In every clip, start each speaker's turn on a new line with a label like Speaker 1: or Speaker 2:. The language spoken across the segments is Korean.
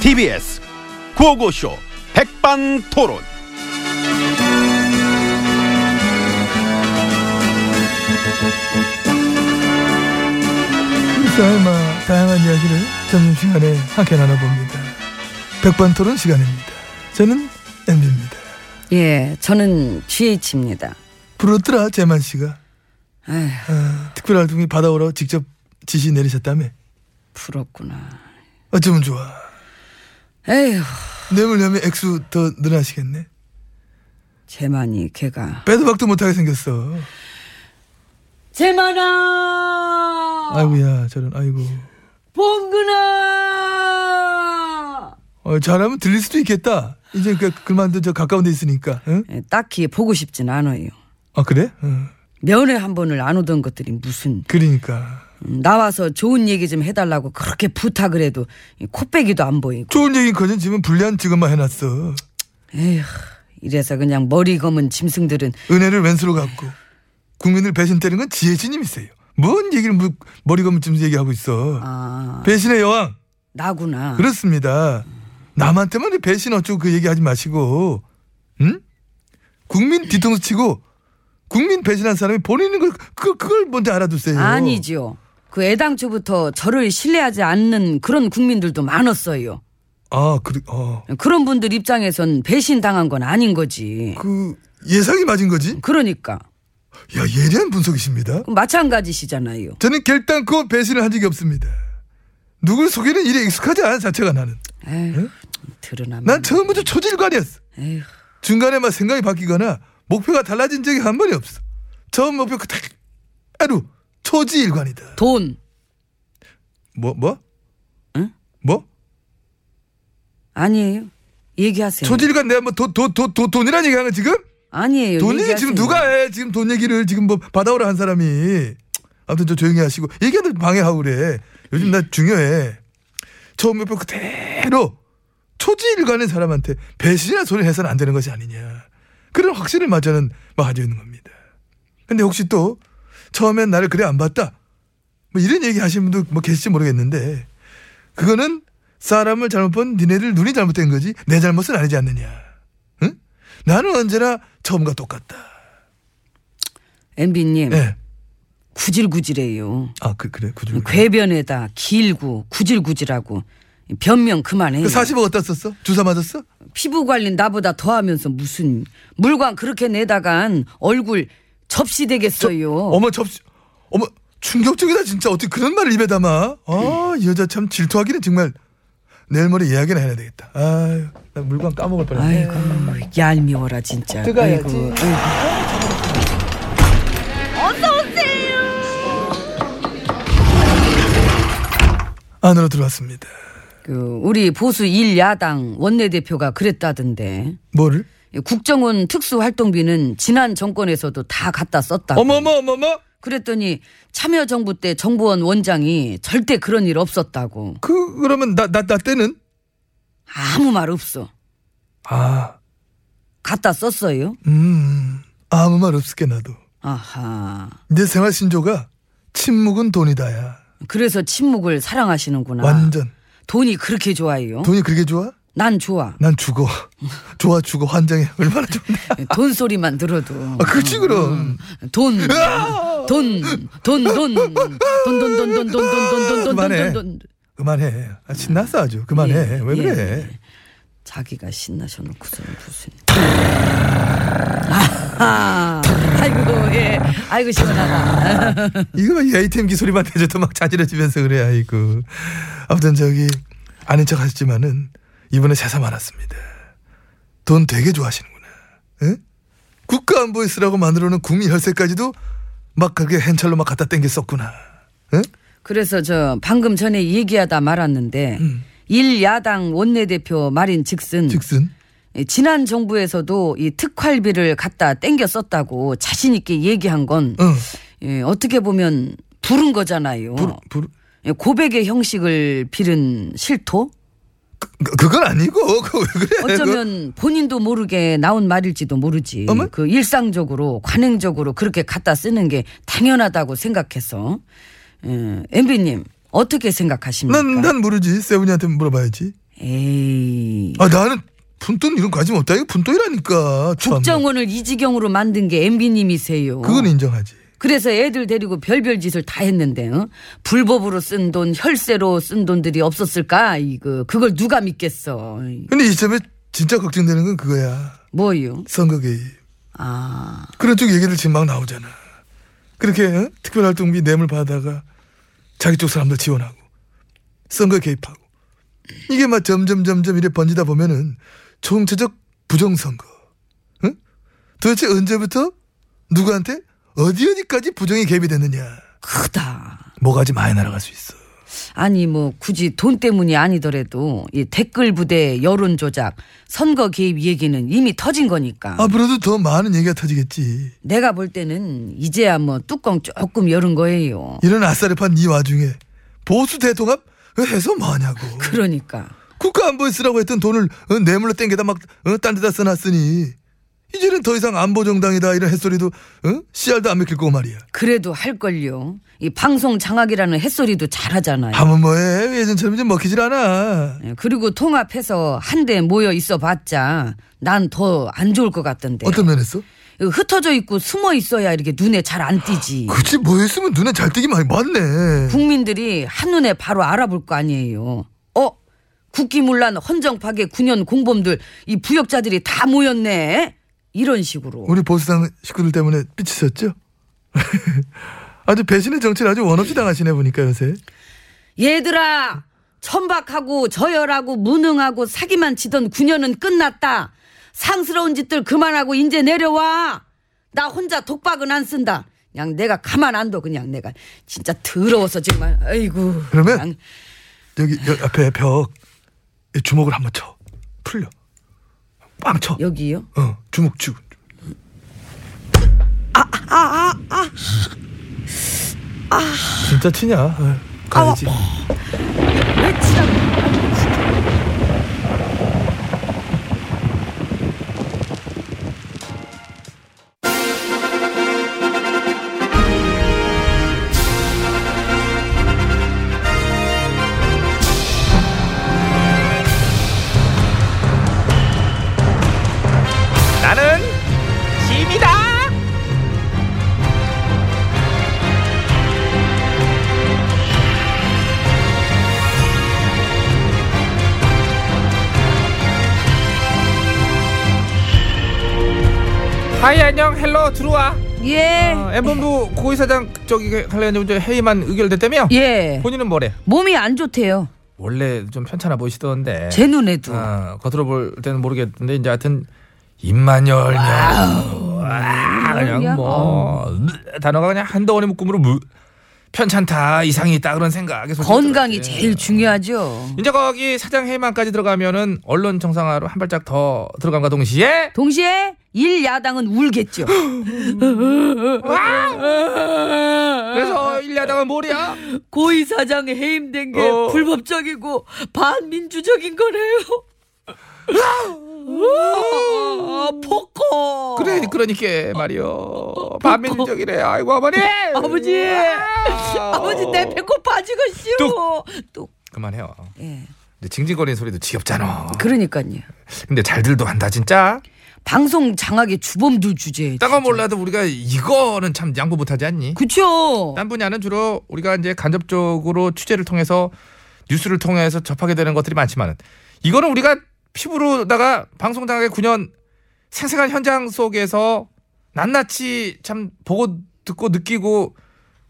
Speaker 1: TBS 구호고쇼 백반토론.
Speaker 2: 일상의 마- 다양한 이야기를 점심시간에 함께 나눠봅니다. 백반토론 시간입니다. 저는 MB입니다.
Speaker 3: 예, 저는 GH입니다.
Speaker 2: 부르더라 재만 씨가
Speaker 3: 에휴,
Speaker 2: 어, 특별활동이 받아오라고 직접 지시 내리셨다며
Speaker 3: 부럽구나.
Speaker 2: 어쩌면 좋아.
Speaker 3: 에휴,
Speaker 2: 뇌물염에 액수 더 늘어나시겠네.
Speaker 3: 재만이 걔가.
Speaker 2: 빼도 박도 못하게 생겼어.
Speaker 3: 재만아!
Speaker 2: 아이고야 저런 아이고.
Speaker 3: 봉근아!
Speaker 2: 어, 잘하면 들릴 수도 있겠다. 이제 그 그만도 저 가까운 데 있으니까. 응?
Speaker 3: 예, 딱히 보고 싶진 않아요.
Speaker 2: 아 그래? 응.
Speaker 3: 면회 한 번을 안 오던 것들이 무슨
Speaker 2: 그러니까
Speaker 3: 음, 나와서 좋은 얘기 좀 해달라고 그렇게 부탁을 해도 이 코빼기도 안 보이고
Speaker 2: 좋은 얘기커진 지금 불리한 직업만 해놨어.
Speaker 3: 에휴 이래서 그냥 머리 검은 짐승들은
Speaker 2: 은혜를 왼수로 갖고 국민을 배신 때리는 건 지혜진님이세요. 뭔 얘기를 무- 머리 감으면서 얘기하고 있어.
Speaker 3: 아
Speaker 2: 배신의 여왕
Speaker 3: 나구나
Speaker 2: 그렇습니다. 남한테만 이 배신 어쩌고 그 얘기하지 마시고 응? 국민 뒤통수 치고 국민 배신한 사람이 본인인 걸 그, 그걸 먼저 알아두세요.
Speaker 3: 아니죠. 그 애당초부터 저를 신뢰하지 않는 그런 국민들도 많았어요.
Speaker 2: 아, 그, 어.
Speaker 3: 그런 분들 입장에선 배신당한 건 아닌 거지.
Speaker 2: 그 예상이 맞은 거지?
Speaker 3: 그러니까
Speaker 2: 야 예리한 분석이십니다.
Speaker 3: 마찬가지시잖아요.
Speaker 2: 저는 결단코 배신을 한 적이 없습니다. 누굴 속이는 일에 익숙하지 않은 자체가 나는. 네?
Speaker 3: 에휴, 드러나면
Speaker 2: 난 처음부터 초질관이었어.
Speaker 3: 에휴,
Speaker 2: 중간에 막 생각이 바뀌거나 목표가 달라진 적이 한 번이 없어. 처음 목표 그딱 하루 초지일관이다.
Speaker 3: 돈
Speaker 2: 뭐 뭐?
Speaker 3: 응?
Speaker 2: 뭐?
Speaker 3: 아니에요. 얘기하세요.
Speaker 2: 초지일관 내가 뭐돈돈돈돈 돈이란 얘기하는 지금?
Speaker 3: 아니에요.
Speaker 2: 돈 얘기
Speaker 3: 얘기하세요.
Speaker 2: 지금 누가 해? 지금 돈 얘기를 지금 뭐 받아오라 한 사람이. 아무튼 저 조용히 하시고 얘기하는 방해하고 그래. 요즘 나 중요해. 처음 목표 그대로 초지일관인 사람한테 배신이나 소리 해서는 안 되는 것이 아니냐. 그런 확신을 마저는 가지고 있는 겁니다. 근데 혹시 또 처음엔 나를 그래 안 봤다. 뭐 이런 얘기 하시는 분도 뭐 계실지 모르겠는데 그거는 사람을 잘못 본 니네들 눈이 잘못된 거지 내 잘못은 아니지 않느냐. 응? 나는 언제나 처음과 똑같다.
Speaker 3: MB님
Speaker 2: 예.
Speaker 3: 구질구질해요.
Speaker 2: 아, 그, 그래. 구조.
Speaker 3: 궤변에다 길고 구질구질하고 변명 그만해요.
Speaker 2: 그 40억 어디다 썼어? 주사 맞았어?
Speaker 3: 피부 관리 나보다 더 하면서 무슨 물광 그렇게 내다간 얼굴 접시 되겠어요.
Speaker 2: 어머, 접시. 어머, 충격적이다, 진짜. 어떻게 그런 말을 입에 담아? 아, 이 여자 참 질투하기는 정말 내일 모레 예약이나 해야 되겠다. 아유, 나 물건 까먹을 뻔했네.
Speaker 3: 아이고 얄미워라 진짜.
Speaker 2: 들어가야지.
Speaker 3: 아이고,
Speaker 2: 안으로 들어왔습니다.
Speaker 3: 그 우리 보수 일 야당 원내대표가 그랬다던데
Speaker 2: 뭐를?
Speaker 3: 국정원 특수활동비는 지난 정권에서도 다 갖다 썼다.
Speaker 2: 어머머, 어머머.
Speaker 3: 그랬더니 참여정부 때 정보원 원장이 절대 그런 일 없었다고
Speaker 2: 그, 그러면 나, 나, 나 때는?
Speaker 3: 아무 말 없어.
Speaker 2: 아,
Speaker 3: 갖다 썼어요.
Speaker 2: 음, 아무 말 없을게, 나도.
Speaker 3: 아하.
Speaker 2: 내 생활 신조가 침묵은 돈이다야.
Speaker 3: 그래서 침묵을 사랑하시는구나.
Speaker 2: 완전.
Speaker 3: 돈이 그렇게 좋아요.
Speaker 2: 돈이 그렇게 좋아?
Speaker 3: 난 좋아.
Speaker 2: 난 죽어. 좋아, 죽어. 환장해. 얼마나 좋은데.
Speaker 3: 돈 소리만 들어도.
Speaker 2: 아, 그렇지,
Speaker 3: 음.
Speaker 2: 그럼.
Speaker 3: 돈, 돈, 돈, 돈, 돈, 돈, 돈, 돈, 돈, 돈, 돈, 돈, 돈,
Speaker 2: 그만해.
Speaker 3: 돈, 돈,
Speaker 2: 그만해. 아, 신났어 아주. 그만해.
Speaker 3: 예,
Speaker 2: 왜
Speaker 3: 예.
Speaker 2: 그래?
Speaker 3: 자기가 신나셔놓고서 무슨. 아하. 아이고, 예. 아이고, 시원하다.
Speaker 2: 이거 막이 ATM 기 소리만 내줘도 막 자지러지면서 그래. 아이고. 아무튼 저기 아닌 척 하셨지만은 이번에 새삼 알았습니다. 돈 되게 좋아하시는구나. 응? 국가 안보에 쓰라고 만들어놓은 국민 혈세까지도 막 그렇게 hen찰로 막 갖다 땡겼었구나. 응?
Speaker 3: 음. 그래서 저 방금 전에 얘기하다 말았는데, 일 야당 원내대표 말인 즉슨,
Speaker 2: 음. 즉슨
Speaker 3: 예, 지난 정부에서도 이 특활비를 갖다 땡겨 썼다고 자신 있게 얘기한 건
Speaker 2: 응.
Speaker 3: 예, 어떻게 보면 부른 거잖아요.
Speaker 2: 부르, 부르.
Speaker 3: 예, 고백의 형식을 빌은 실토?
Speaker 2: 그- 그건 아니고 그왜 그래?
Speaker 3: 어쩌면 본인도 모르게 나온 말일지도 모르지.
Speaker 2: 어머?
Speaker 3: 그 일상적으로 관행적으로 그렇게 갖다 쓰는 게 당연하다고 생각해서 엠비님 어떻게 생각하십니까?
Speaker 2: 난난 모르지. 세븐이한테 물어봐야지.
Speaker 3: 에이.
Speaker 2: 아 나는 분돈 이런 거 가지 못다 이거 분돈이라니까. 참.
Speaker 3: 국정원을 뭐. 이지경으로 만든 게 MB님이세요.
Speaker 2: 그건 인정하지.
Speaker 3: 그래서 애들 데리고 별별 짓을 다 했는데 어? 불법으로 쓴 돈, 혈세로 쓴 돈들이 없었을까? 이거 그걸 누가 믿겠어?
Speaker 2: 근데 이 점에 진짜 걱정되는 건 그거야.
Speaker 3: 뭐요?
Speaker 2: 선거 개입.
Speaker 3: 아,
Speaker 2: 그런 쪽 얘기들 지금 막 나오잖아. 그렇게 어? 특별활동비 뇌물 받아가 자기 쪽 사람들 지원하고 선거 개입하고 이게 막 점점 점점 이래 번지다 보면은 총체적 부정선거. 응? 도대체 언제부터 누구한테 어디 어디까지 부정이 개입이 됐느냐.
Speaker 3: 크다.
Speaker 2: 뭐가 아주 많이 날아갈 수 있어.
Speaker 3: 아니 뭐 굳이 돈 때문이 아니더라도 이 댓글 부대 여론 조작, 선거 개입 얘기는 이미 터진 거니까.
Speaker 2: 앞으로도 더 많은 얘기가 터지겠지.
Speaker 3: 내가 볼 때는 이제야 뭐 뚜껑 조금 열은 거예요.
Speaker 2: 이런 아싸리판 이 와중에 보수 대통합 왜 해서 뭐하냐고.
Speaker 3: 그러니까
Speaker 2: 국가 안보에 쓰라고 했던 돈을 어, 뇌물로 땡겨다 막 어, 딴 데다 써놨으니 이제는 더 이상 안보 정당이다 이런 햇소리도 어? 씨알도 안 먹힐 거고 말이야.
Speaker 3: 그래도 할 걸요. 이 방송 장악이라는 햇소리도 잘하잖아요.
Speaker 2: 하면 뭐해 예전처럼 이제 먹히질 않아.
Speaker 3: 예, 그리고 통합해서 한데 모여 있어봤자 난 더 안 좋을 것 같던데.
Speaker 2: 어떤 면에서?
Speaker 3: 흩어져 있고 숨어 있어야 이렇게 눈에 잘 안 띄지.
Speaker 2: 그치 뭐 했으면 눈에 잘 띄기 많이 맞네.
Speaker 3: 국민들이 한눈에 바로 알아볼 거 아니에요. 어? 국기문란 헌정파괴 9년 공범들 이 부역자들이 다 모였네. 이런 식으로.
Speaker 2: 우리 보수당 식구들 때문에 삐치셨죠? 아주 배신의 정치를 아주 원없이 당하시네 보니까 요새.
Speaker 3: 얘들아 천박하고 저열하고 무능하고 사기만 치던 9년은 끝났다 상스러운 짓들 그만하고 이제 내려와 나 혼자 독박은 안 쓴다 그냥 내가 가만 안 둬 그냥 내가 진짜 더러워서 정말 아이고
Speaker 2: 그러면
Speaker 3: 그냥.
Speaker 2: 여기 여, 앞에 벽 주먹을 한번 쳐 풀려 빵 쳐.
Speaker 3: 여기요
Speaker 2: 어 주먹 치고. 아, 아아아 아, 아. 진짜 치냐? 어, 가야지.
Speaker 3: 왜 치라고
Speaker 1: 나는 짐이다.
Speaker 4: 하이 안녕 헬로 들어와
Speaker 3: 예
Speaker 4: 어, 엠본부 고위사장 저기 그 관련 이제 회의만 의결됐다며
Speaker 3: 예.
Speaker 4: 본인은 뭐래
Speaker 3: 몸이 안 좋대요
Speaker 4: 원래 좀 편찮아 보이시던데
Speaker 3: 제 눈에도
Speaker 2: 아,
Speaker 4: 어, 겉으로 볼 때는 모르겠는데 이제 하여튼 입만 열면 와,
Speaker 3: 열려?
Speaker 4: 그냥 뭐 으, 단어가 그냥 한 덩어리 묶음으로 무, 편찮다 이상이 있다 그런 생각에 솔직히
Speaker 3: 건강이
Speaker 4: 들었지.
Speaker 3: 제일 중요하죠
Speaker 4: 이제 거기 사장 회의만까지 들어가면은 언론 정상화로 한 발짝 더 들어간과 동시에
Speaker 3: 동시에 일 야당은 울겠죠 아.
Speaker 4: 그래서 일야당은 뭐야
Speaker 3: 고위 사장이 해임된 게
Speaker 4: 어.
Speaker 3: 불법적이고 반민주적인 거래요. 아, 포커.
Speaker 4: 그래 그러니까 말이요 반민족이래 아이고 어머니
Speaker 3: 아버지,
Speaker 4: 아.
Speaker 3: 아버지 내 배꼽 빠지고 씌워. 또
Speaker 4: 그만해요
Speaker 3: 예.
Speaker 4: 근데 징징거리는 소리도 지겹잖아
Speaker 3: 그러니까요.
Speaker 4: 근데 잘들도 한다 진짜
Speaker 3: 방송 장악의 주범들 주제.
Speaker 4: 딴건 몰라도 우리가 이거는 참 양보 못하지 않니
Speaker 3: 그쵸.
Speaker 4: 어. 딴 분야는 주로 우리가 이제 간접적으로 취재를 통해서 뉴스를 통해서 접하게 되는 것들이 많지만은 이거는 우리가 피부로다가 방송장악의 9년 생생한 현장 속에서 낱낱이 참 보고 듣고 느끼고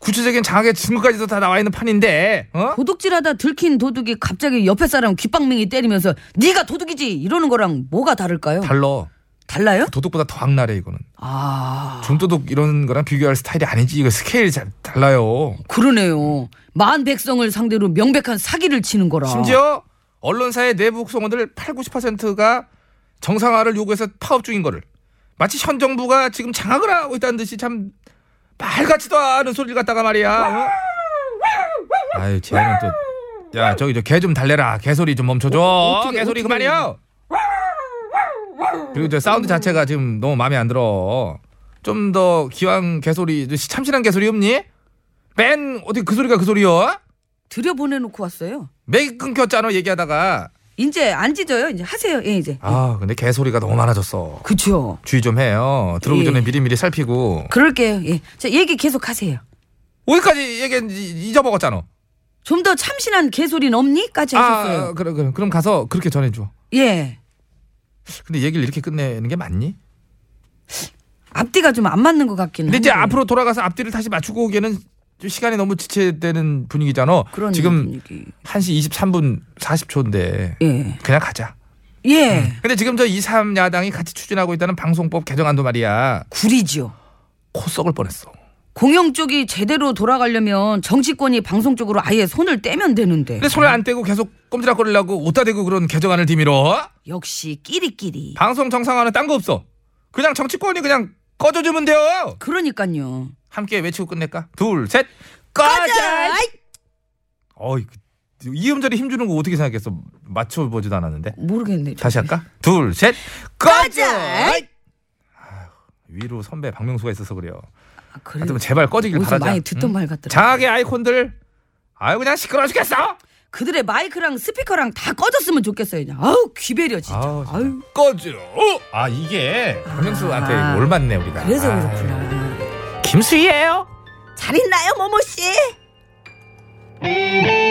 Speaker 4: 구체적인 장악의 증거까지도 다 나와 있는 판인데 어?
Speaker 3: 도둑질하다 들킨 도둑이 갑자기 옆에 사람 귓방맹이 때리면서 네가 도둑이지 이러는 거랑 뭐가 다를까요?
Speaker 4: 달러
Speaker 3: 달라요?
Speaker 4: 도둑보다 더 악랄해 이거는
Speaker 3: 아.
Speaker 4: 중도둑 이런 거랑 비교할 스타일이 아니지 이거 스케일이 잘 달라요
Speaker 3: 그러네요. 만 백성을 상대로 명백한 사기를 치는 거라.
Speaker 4: 심지어 언론사의 내부 구성원들 8, 90%가 정상화를 요구해서 파업 중인 거를 마치 현 정부가 지금 장악을 하고 있다는 듯이 참 말같지도 않은 소리를 갖다가 말이야. 어? 아유, 쟤는 또. 야, 저기 저 개 좀 달래라. 개소리 좀 멈춰줘.
Speaker 3: 어떻게,
Speaker 4: 개소리
Speaker 3: 어떻게
Speaker 4: 그만이요. 그리고 저 사운드 자체가 지금 너무 마음에 안 들어. 좀 더 기왕 개소리, 참신한 개소리 없니? 맨 어디 그 소리가 그 소리여?
Speaker 3: 들여보내놓고 왔어요.
Speaker 4: 맥이 끊겼잖아 얘기하다가
Speaker 3: 이제 안 찢어요. 이제 하세요. 예, 이제.
Speaker 4: 아 근데 개소리가 너무 많아졌어.
Speaker 3: 그쵸.
Speaker 4: 주의 좀 해요. 들어오기
Speaker 3: 예.
Speaker 4: 전에 미리미리 살피고.
Speaker 3: 그럴게요. 예. 저 얘기 계속 하세요.
Speaker 4: 어디까지 얘기 잊어먹었잖아.
Speaker 3: 좀 더 참신한 개소리는 없니?까지
Speaker 4: 아,
Speaker 3: 하셨어요.
Speaker 4: 그럼, 그럼, 그럼 가서 그렇게 전해줘.
Speaker 3: 예.
Speaker 4: 근데 얘기를 이렇게 끝내는 게 맞니?
Speaker 3: 음, 앞뒤가 좀 안 맞는 것 같기는.
Speaker 4: 근데 이제
Speaker 3: 한데.
Speaker 4: 앞으로 돌아가서 앞뒤를 다시 맞추고 오기에는 좀 시간이 너무 지체되는 분위기잖아.
Speaker 3: 그런
Speaker 4: 지금
Speaker 3: 분위기.
Speaker 4: 1시 23분 40초인데
Speaker 3: 예.
Speaker 4: 그냥 가자.
Speaker 3: 예.
Speaker 4: 근데 지금 저 2, 3야당이 같이 추진하고 있다는 방송법 개정안도 말이야.
Speaker 3: 구리지요.
Speaker 4: 코 썩을 뻔했어.
Speaker 3: 공영 쪽이 제대로 돌아가려면 정치권이 방송 쪽으로 아예 손을 떼면 되는데.
Speaker 4: 근데 손을 안 떼고 계속 꼼지락거리려고 옷다 대고 그런 개정안을 디밀어.
Speaker 3: 역시 끼리끼리.
Speaker 4: 방송 정상화는 딴 거 없어. 그냥 정치권이 그냥 꺼져주면 돼요.
Speaker 3: 그러니까요.
Speaker 4: 함께 외치고 끝낼까? 둘, 셋. 꺼져!
Speaker 3: 아이!
Speaker 4: 어이, 그, 이 음절이 힘주는 거 어떻게 생각했어? 맞춰보지도 않았는데.
Speaker 3: 모르겠네.
Speaker 4: 다시 할까? 둘, 셋. 꺼져! 아휴, 위로 선배 박명수가 있어서 그래요.
Speaker 3: 아,
Speaker 4: 하여튼 뭐
Speaker 3: 그래요.
Speaker 4: 제발 꺼지길
Speaker 3: 어디서
Speaker 4: 바라자. 음?
Speaker 3: 많이 듣던 말 같더라고요.
Speaker 4: 장학의 아이콘들. 아유 그냥 시끄러워 죽겠어.
Speaker 3: 그들의 마이크랑 스피커랑 다 꺼졌으면 좋겠어요. 그냥. 아우 귀배려 진짜.
Speaker 4: 아우, 진짜.
Speaker 3: 아유.
Speaker 4: 꺼져. 아 이게 박명수한테
Speaker 3: 아,
Speaker 4: 올맞네 우리가.
Speaker 3: 그래서
Speaker 4: 아유.
Speaker 3: 그렇구나.
Speaker 4: 김수희예요.
Speaker 3: 잘 있나요, 모모 씨?
Speaker 1: 네.